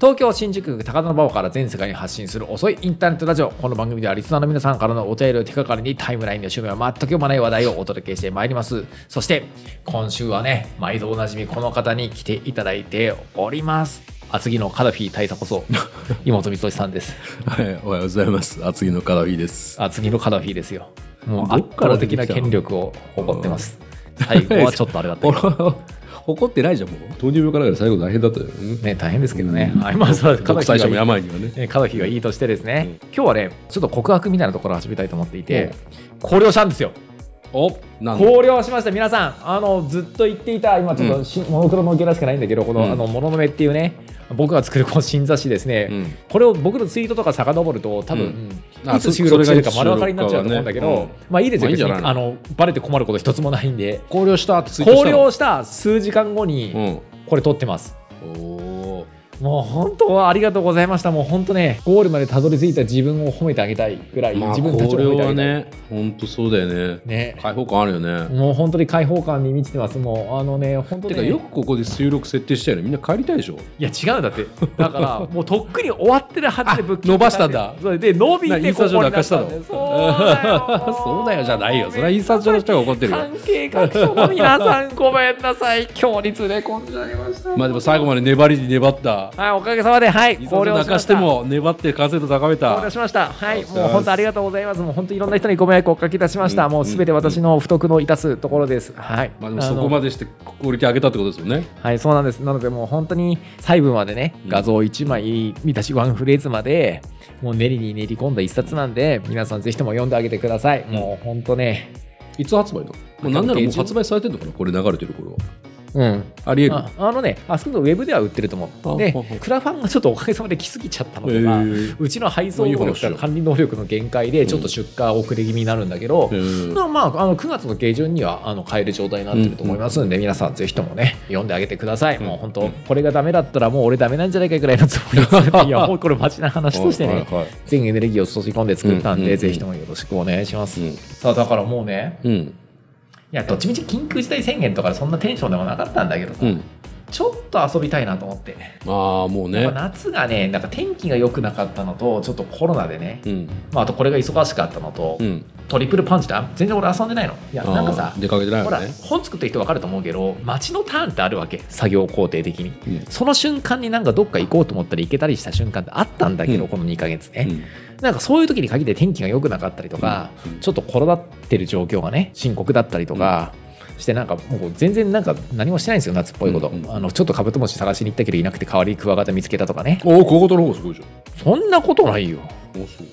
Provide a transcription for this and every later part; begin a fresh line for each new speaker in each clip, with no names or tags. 東京新宿区高田馬場から全世界に発信する遅いインターネットラジオこの番組ではリスナーの皆さんからのお便りを手がかりにタイムラインの趣味は全く読まない話題をお届けしてまいりますそして今週はね毎度おなじみこの方に来ていただいております厚木のカダフィ大佐こそ 妹光俊さんです
はい、おはようございます。厚木のカラフィです。
厚木のカダフィですよもう
ど
圧
っから
倒
出て
的
きた
な
の
権力を誇ってます最後はちょっとあれだったけど
怒ってないじゃん、もう。糖尿病からだから最後大変だったよね。
ね大変ですけどね、はいまずはカダフィ
国
が
際者の病にはね。
えーカドヒがいいとしてですね、今日はねちょっと告白みたいなところを始めたいと思っていて、考慮したんですよ
おなんだ
考慮しました皆さんあのずっと言っていた今ちょっとし、モノクロのキャラしかないんだけどこの「
うん
あのもののめ」っていうね僕が作るこの新雑誌ですね、
うん
これを僕のツイートとか遡ると多
う
分、
あ
いつ
そ
収録してるか
そ
丸
れが
分かりになっちゃうと思うんだけど、
収録かはねうん
まあいいですよ、
まあいいんじゃない
別に
の
あのバレて困ること一つもないんで
考慮したってツイー
考
トした
慮した数時間後に、
の
これ撮ってます
うん。おー
もう本当ありがとうございました。もう本当ね、ゴールまでたどり着いた自分を褒めてあげたいぐらい、
まあ、
自
考
分たちを褒め
慮
てあ
は
げたい。ね
ね、本当そうだよね。開放感あるよね。
もう本当に開放感に満ちてます。もうあのね、本当に、
てか、
ね、
よくここで収録設定したよね。みんな帰りたいでしょ。
いや違うんだって。だ から、もうとっくに終わってるはずでぶっ
伸ばしたんだ
それで、伸び
なイ
て
ン
ここ
スタ
に
上
な
落
った
下
ん
したの。
だよそ
そうう
だ
だ
よ。
よじゃないよ。それ
も
は
う
インスタ上の人が怒ってるよ。
関係各所の皆さん、ごめんなさい。強に連れ込んじゃいました。
まあでも最後まで粘りに粘った。
はい、おかげさまで、はい、
インス
考
タ上
慮
泣
しま
か
し
して
た。
も粘って完成度高め
考
た
慮。しました。はい、
お疲れ様
もう
です
本当ありがとうございます。もう本当いろんな人にご迷惑をおかけいたしました。
うん
もうすべて私の不徳の致すところです。はい。
まあでもそこ ま
で。
でしてクオリティ上げたってことですよね。
はい、そうなんです。なのでもう本当に細部までね、
うん
画像1枚、見たしワンフレーズまで、もう練りに練り込んだ一冊なんで、皆さんぜひとも読んであげてください。
ん
もう本当ね、
いつ発売なのもうなんならもう発売されてるのかなこれ流れてる頃は。
うん。
ありえる。
ああのね、あそこのウェブでは売ってると思う。
あ
で
ほうほう、
クラファンがちょっとおかげさまで来すぎちゃったので、
えー
うちの配送能力とか管理能力の限界で、ちょっと出荷遅れ気味になるんだけど、
えー
まあまあ、あの9月の下旬にはあの買える状態になってると思いますんで、皆さんぜひともね読んであげてください、
うん
もう本
う
当
ん
これがダメだったらもう俺ダメなんじゃないかぐらいのつもりで すいやもうこれマジな話としてね、
はいはいはい
全エネルギーを注ぎ込んで作ったんで、
うんうん
ぜひともよろしくお願いします、さあだからもうね
うん。うん。
いやどっちみち緊急事態宣言とかそんなテンションでもなかったんだけどさ、
うん。
ちょっと遊びたいなと思って、
ああ、もう
やっ
ね
ぱ。夏がねなんか天気が良くなかったのとちょっとコロナでね、
うん。
まあ、あとこれが忙しかったのと、
うん。
トリプルパンチだ全然俺遊んでないのいやなんか
あ
さ
ー出かけてない
ほ
も
ら
んね。
本作ってる人分かると思うけど街のターンってあるわけ作業工程的に
うん
その瞬間になんかどっか行こうと思ったり行けたりした瞬間ってあったんだけど、
うん
この2ヶ月
う
ね、
ん
なんかそういう時に限って天気が良くなかったりとか、
うん
ちょっと転がってる状況がね深刻だったりとか、してなんかもう全然なんか何もしてないんですよ夏っぽいこと、
うんうん
あのちょっとカブトムシ探しに行ったけどいなくて代わりにクワガタ見つけたとかね
おお、小言の方がすごいじゃ
そんなことないよ
ん。おそう。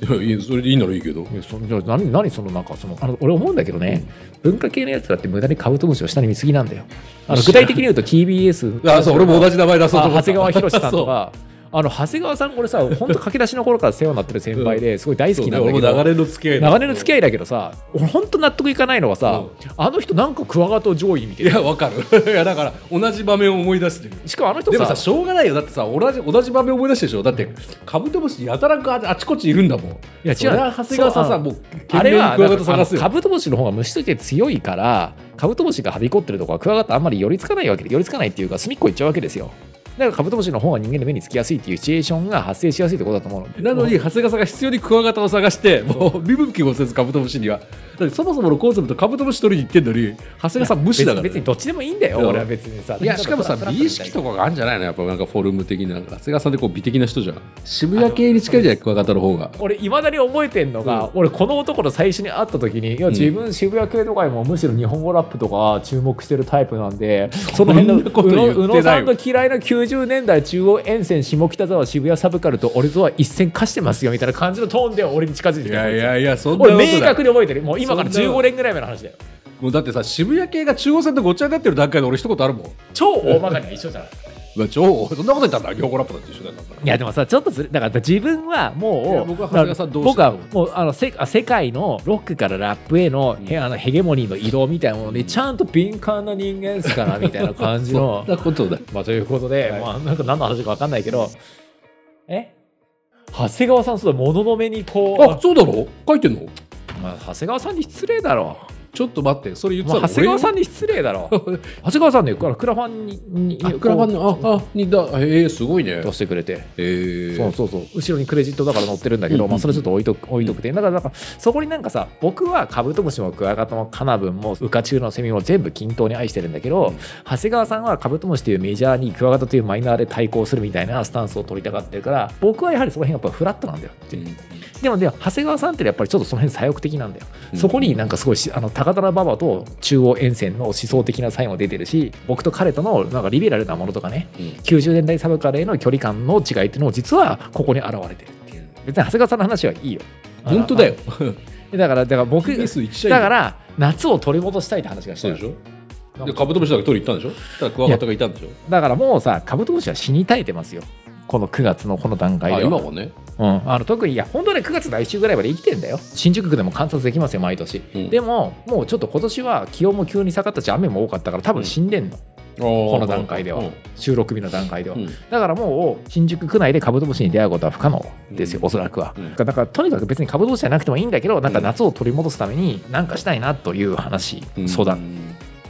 いや、いいそれでいいならいいけど。
いやそじゃあ何何そのなんかそのあの俺思うんだけどね、文化系のやつらって無駄にカブトムシを下に見すぎなんだよあの具体的に言うと TBS
あそう、俺も同じ名前出そうと
あ
思っ
長
た。
谷川博さんとかあの長谷川さん俺さ本当駆け出しの頃から世話になってる先輩ですごい大好
そう
き
ね。
なんだ
俺
け
も
ど、
長年の付き合いだ
長年の付き合いだけどさ俺本当納得いかないのはさ、あの人なんかクワガタを上位に見て
い
る
や、わかる。い や、だから、同じ場面を思い出してる。
しかもあの人
で
さ
もさ、しょうがないよ。だってさ、同じ同じ場面思い出してるでしょ。だって、カブトムシやたらくああちこちいるんだもん。い
や違う
それは長谷川さん
そうあ
さ、
の
もう、
あ
懸命
れ
に
は
クワガタ探す
なんかあのカ
よ。
ブトムシの方が虫として強いからカブトムシがはびこってるとこはクワガタあんまり寄りつかないわけで寄りつかないっていうか隅っこ行っちゃうわけですよだからカブトムシの方が人間の目につきやすいっていうシチュエーションが発生しやすいってことだと思うの
なのに、長谷川さんが必要にクワガタを探して、もう、身分気もせずカブトムシには。だって、そもそものコンセプト、カブトムシ取りに行ってんのに、長谷川さん無視だからね。
別に別にどっちでもいいんだよ
うん
俺は別にさ
いやしかもさ
ただ
美意識とかがあるんじゃないのやっぱなんかフォルム的な長谷川さんってこう美的な人じゃん渋谷系に近いじゃないクワガタの方が
俺いまだに覚えてんのが、
うん
俺この男と最初に会った時にいや
ん
自分渋谷系とかにもむしろ日本語ラップとか注目してるタイプなんでその辺の
そんなこと
う
言って
の
ないよ
宇野さんの嫌いな90年代中央沿線下北沢渋谷サブカルと俺とは一線化してますよみたいな感じのトーンで俺に近づいて
い
きた
やいやいやそんなこと
俺明
ない
確に覚えてるもう今から
そんな
15年ぐらい前の話だよ
もうだってさ渋谷系が中央線とごっちゃになってる段階で俺一言あるもん
超大まかには一緒じゃない
まあ超そんなこと言ったんだ両方ラップだって一緒だったんだ
いやでもさちょっとずれだから自分はもう
いや僕は長谷川さんどうし
僕
た
は
の
もうあのせあ世界のロックからラップへの,へ、あのヘゲモニーの移動みたいなものにちゃんと敏感な人間ですからみたいな感じ
そ
の
んなことだ
まあということで、
はい
まあなんか何の話か分かんないけどえ長谷川さんそうだもののめにこう
あそうだろ書いてんの
まあ、長谷川さんに失礼だろ
ちょっと待ってそれ言って
ま
た
あ長谷川さん
に
に失礼だろ 長谷川さんねクラファンにに
あクラファンのああにだえー、すごいね
出してくれて
えー、
そうそうそう後ろにクレジットだから載ってるんだけど、
うんうんうん
まあ、それちょっと置いとく置いとくてだからなんかそこになんかさ僕はカブトムシもクワガタもカナブンもウカチュウのセミも全部均等に愛してるんだけど、長谷川さんはカブトムシというメジャーにクワガタというマイナーで対抗するみたいなスタンスを取りたがってるから僕はやはりその辺やっぱフラットなんだよっていうでもね長谷川さんってやっぱりちょっとその辺左翼的なんだよ、
うん
そこになんかすごいしあの高田馬場と中央沿線の思想的なサインも出てるし僕と彼とのなんかリベラルなものとかね、
うん
90年代サブカルへの距離感の違いっていうのも実はここに現れてるっていう別に長谷川さんの話はいいよ
本当だよ
あのだからだから僕
TBS 一社員
だから夏を取り戻したいって話がした
そう
の
でし
よ
ょでカブトムシだけ取りに行ったんでしょただクワガタがいたんでしょ
だからもうさカブトムシは死に絶えてますよこの9月のこの段階
あ
で
今
は、
はね
うん、あの特にいや本当ね9月来週ぐらいまで生きてんだよ新宿区でも観察できますよ毎年、
うん
でももうちょっと今年は気温も急に下がったし雨も多かったから多分死んでんの、
こ
この段階では、収録日の段階では、
うん
だからもう新宿区内でカブトムシに出会うことは不可能ですよ、
うん
おそらくは、
うん
だからとにかく別にカブトムシじゃなくてもいいんだけどなんか夏を取り戻すために何かしたいなという話、そうだ
ん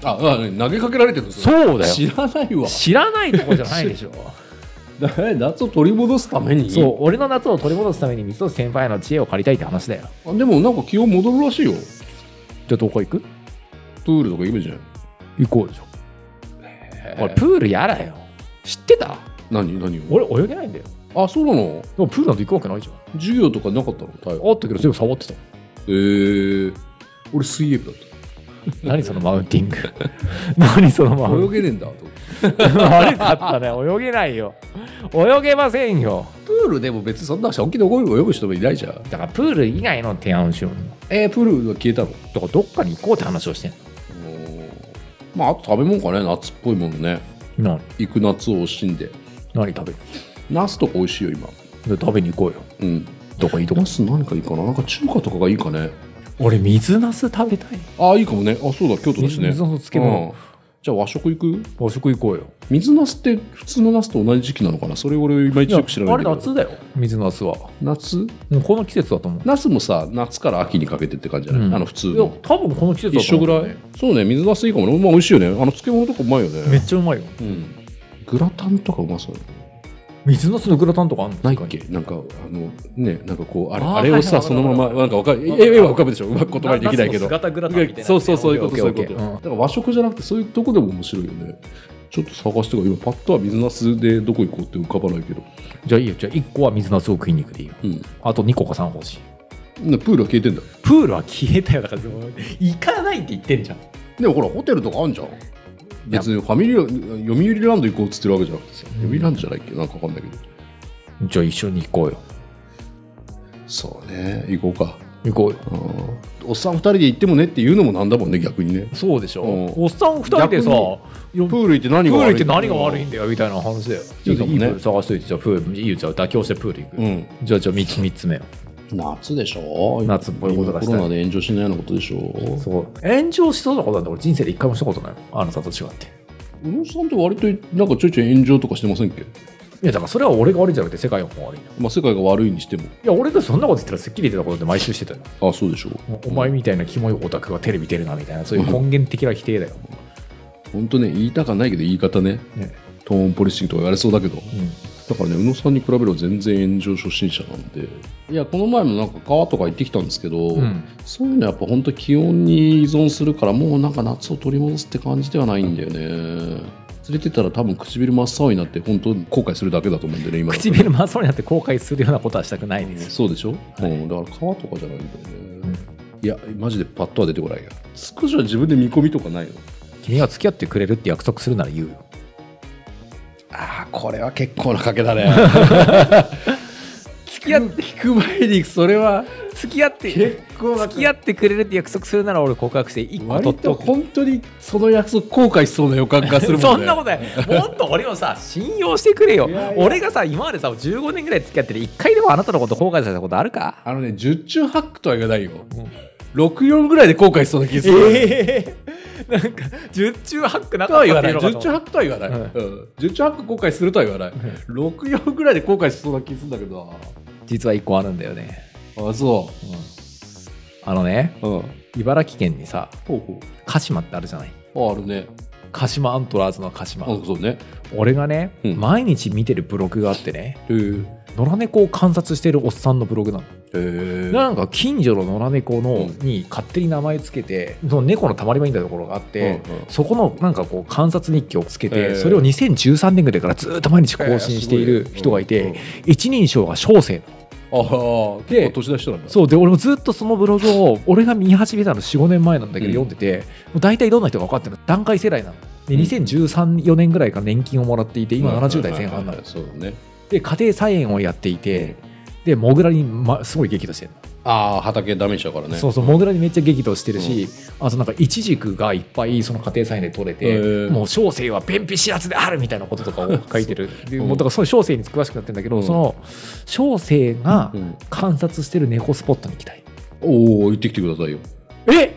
ああ投げかけられてるんですよ
そうだよ
知らないわ
知らないとこじゃないで しょ
え夏を取り戻すために
そう俺の夏を取り戻すために水戸先輩の知恵を借りたいって話だよ
あでもなんか気温戻るらしいよ
じゃあどこ行く
プールとか行くじゃん
行こうでしょ俺
俺
プールやだよ知ってた
何何を
俺泳げないんだよで
あそうなの
もプールなんて行くわけないじゃん
授業とかなかったの太陽
あったけど全部触ってた
えー、俺水泳部だっ
何そのマウンティ ング何そのマ
た
ウンティン
泳
グ
げねえんだと思って
悪かったね泳げないよ泳げませんよ
プールでも別にそんな本気で泳ぐ泳ぐ人もいないじゃん
だからプール以外の提案をしようよ
えー、プールは消えたの
だからどっかに行こうって話をしてん
まああと食べ物かね夏っぽいものね
の
行く夏を惜しんで
何何食べる
ナスとか美味しいよ今
で食べに行こうよ
うん
どこいいとこ
ナス何かいいかななんか中華とかがいいかね
俺水なす食べたい
ああいいかもねあそうだ京都だしね
水ナス漬物
うんじゃあ和食行く
和食行こうよ
水ナスって普通のナスと同じ時期なのかなそれ俺いまいちよく知らない
あ
ん
れ
だけど
夏だよ水なすはも
夏
うこの季節だと思う
ナスもさ夏から秋にかけてって感じじゃない、
うん
あの普通
いや
の
多分この季節
一
だと
緒
思
ぐ
う
らいそうね水ナスいいかもねまあ美味しいよねあの漬物とかうまいよ
め
ね
っちゃうまいよ
うんグラタンとかうまそう
水なすのグラタンとかあんの
ないっけなんかあのねなんかこうあれ
あー
あれを
はい
さ
はい
そのまま
わかる
なんかわかる
わかる
絵絵は浮かぶでしょうまく言葉にできないけど
ナスの姿グラタンみたいな
そうそうそういうことそういうこ
オッケ
と
ーオッケーオ
だ
ッ
から和食じゃなくてそういうとこでも面白いよねちょっと探してが今パッとは水なすでどこ行こうって浮かばないけど
ケーうんじゃあいいよじゃあ1個は水なすを食いに行くでいいよ
うん
あと2個か3個欲しい
なプールは消えてんだ
プールは消えたよだから行かないって言ってんじゃん
でもほらホテルとかあんじゃん
や
別にファミリー読売ランド行こうっつってるわけじゃなくてさ読売ランドじゃないっけなんかわかんないけど
じゃあ一緒に行こうよ
そうね行こうか
行こうよ
うんおっさん二人で行ってもねっていうのもなんだもんね逆にね
そうでしょ
うん
おっさん2人でさ
逆に
よ
プ
プ
ール行って何が
ール
悪
行
い
って何が悪いん
だ
だよみたいな話だよ
いいかもね
いいプール探しといてじゃあプールいいよじゃあ妥協してプール行く、
うん
じゃあじゃあ3つ3つ目
夏でしょ
夏っぽいことがしたい
コロナで炎上しないようなことでしょう
そう炎上しそうなことなんて俺人生で一回もしたことないもんあなたと違って
宇野さんって割となんかちょいちょい炎上とかしてませんっけ
いやだからそれは俺が悪いんじゃなくて世界の方が悪いんだよ
まあ世界が悪いにしても
いや俺がそんなこと言ったらスッキリ出たことで毎週してたよ
あそうでしょう
お前みたいなキモいオタクがテレビ出るなみたいなそういう根源的な否定だよ、
本当ね言いたかないけど言い方ね
ね
トーンポリシングとか言われそうだけどだ
うん
からね宇野さんに比べれば全然炎上初心者なんでいやこの前もなんか川とか行ってきたんですけど、
うん
そういうのはやっぱ本当気温に依存するからもうなんか夏を取り戻すって感じではないんだよね連れてたら多分唇真っ青になって本当後悔するだけだと思うんだ よね今だとね
唇真っ青になって後悔するようなことはしたくないです
そうでしょ、うん、だから川とかじゃないんだよね、いやマジでパッとは出てこないよ少しは自分で見込みとかないの
君が付き合ってくれるって約束するなら言うよ
ああこれは結構な賭けだね
付き合って
聞く前にそれは
付き合って
結構な
付き合ってくれるって約束するなら俺告白して一個取
割
って
と
おく
本当にその約束後悔し そうな予感がするも
そ
んね
んなことないもっと俺を さ信用してくれよ
いやいや
俺がさ今までさ15年ぐらい付き合ってて一回でもあなたのこと後悔されたことあるか
あのね十中八九とは言わないよ、64ぐらいで後悔しそうな気がする、
ええなんか十中八九な
と
か
は
っ
言
た
わ
って
ないいう
の
十
かと
中八九とは言わない、
う
うん十中八九後悔するとは言わない、64ぐらいで後悔しそうな気がするんだけど
実は一個あるんだよね、
なあそ
あのね
う、うん、
茨城県にさ
ほうほ
鹿島ってあるじゃないう
ああるね
鹿島アントラーズの鹿
あ
島
そうね
俺がね、
うん
毎日見てるブログがあってね
へえ
野良猫を観察してるおっさんのブログなの、
へえ
なんか近所の野良猫の、
うん
に勝手に名前つけてその猫のたまり場にいたところがあって、
うんうん
そこのなんかこう観察日記をつけて、
へー
それを2013年ぐらいからずっと毎日更新している人がいて、一人称が小生
ああ
で
で年出したんだ
そうで俺もずっとそのブログを俺が見始めたの45年前なんだけど
うん
読んでて、もう大体どんな人が分かってるの段階世代なので
うん
201314年ぐらいから年金をもらっていて今
はいはい
70代前半なの
はいはいそうだね
で家庭菜園をやっていてでモグラに、ま、すごい激怒してる
ああ畑ダメージだから
の、
ね
そううそうモグラにめっちゃ激怒してるし、あとなんかイチジクがいっぱいその家庭菜園で取れ
へ
て
ー
もう小生は便秘知らずであるみたいなこととかを書いてるでもうだからそういう小生に詳しくなってるんだけど、
うん
その小生が
ん
観察してる猫スポットに行きたい
おお行ってきてくださいよ
え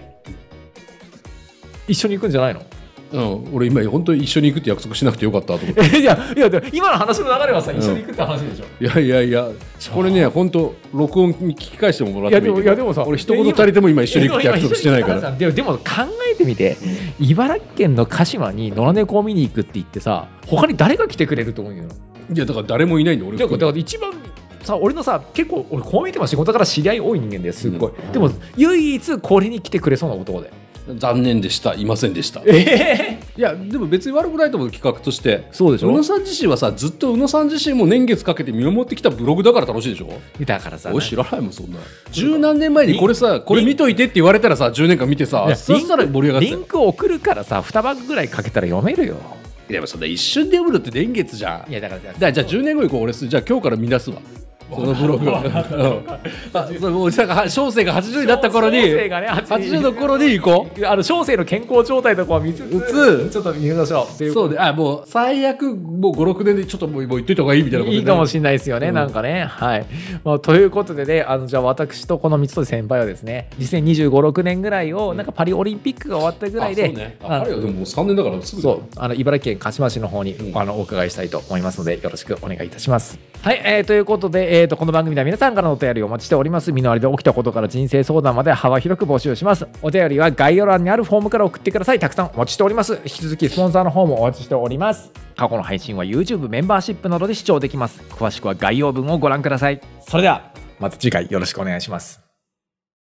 一緒に行くんじゃないの
うん俺今本当に一緒に行くって約束しなくてよかったと思って
えいやいやでも今の話の流れはさ一緒に行くって話でしょ、
いやいやいやこれね本当録音に聞き返してももらってもいいけど
いやでもいやでもさ
俺一言足りても今一緒に行くって約束してないか
えでも今一緒に行くって話じ
ら
ゃんでもでも考えてみて茨城県の鹿島に野良猫を見に行くって言ってさ他に誰が来てくれると思うよ
いやだから誰もいないんで俺
だからだ
含
から一番さ俺のさ結構俺こう見ても仕事から知り合い多い人間ですっごい、でも唯一これに来てくれそうな男で
め残念でしたいませんでしたい
ええ
やでも別に悪くないと思う企画として
そうでしょ
宇野さん自身はさずっと宇野さん自身も年月かけて見守ってきたブログだから楽しいでしょ
だからさ
おい知らないもんそんな十何年前にこれさこれ
リン
見といてって言われたらさ10年間見て
い
さ
や
そしたら盛り上がって
リ
たよ
ンク送るからさ2バッグぐらいかけたら読めるよ
でもそんな一瞬で読むのって年月じゃん
いやだから
だからじゃあ10年後以降俺すじゃあ今日から見出すわそのブログを うんあそのおじさんがは小生が80になった頃に
小生がね
80の頃に行こう
あの小生の健康状態とかを見つ
う
つ
つ
ちょっと見ましょうっていう
そうであもう最悪もう56年でちょっともうもう言っといた方がいいみたいなこと
いいかも
れ
しれないですよね、
うん
なんかね。はい、まあ。ということでね、あのじゃあ私とこの三つ先輩はですね、2025、6年ぐらいを、なんかパリオリンピックが終わったぐらいで、
そうね
あ
ああれはでももう3年だからすぐだ
そうあの茨城県鹿島市の方に、
うん
あのお伺いしたいと思いますのでよろしくお願いいたします。はい、えーということで、えー、とこの番組では皆さんからのお便りをお待ちしております。身の回りで起きたことから人生相談まで幅広く募集します。お便りは概要欄にあるフォームから送ってください。たくさんお待ちしております。引き続きスポンサーの方もお待ちしております。過去の配信は YouTube メンバーシップなどで視聴できます。詳しくは概要文をご覧ください。それではまた次回よろしくお願いします。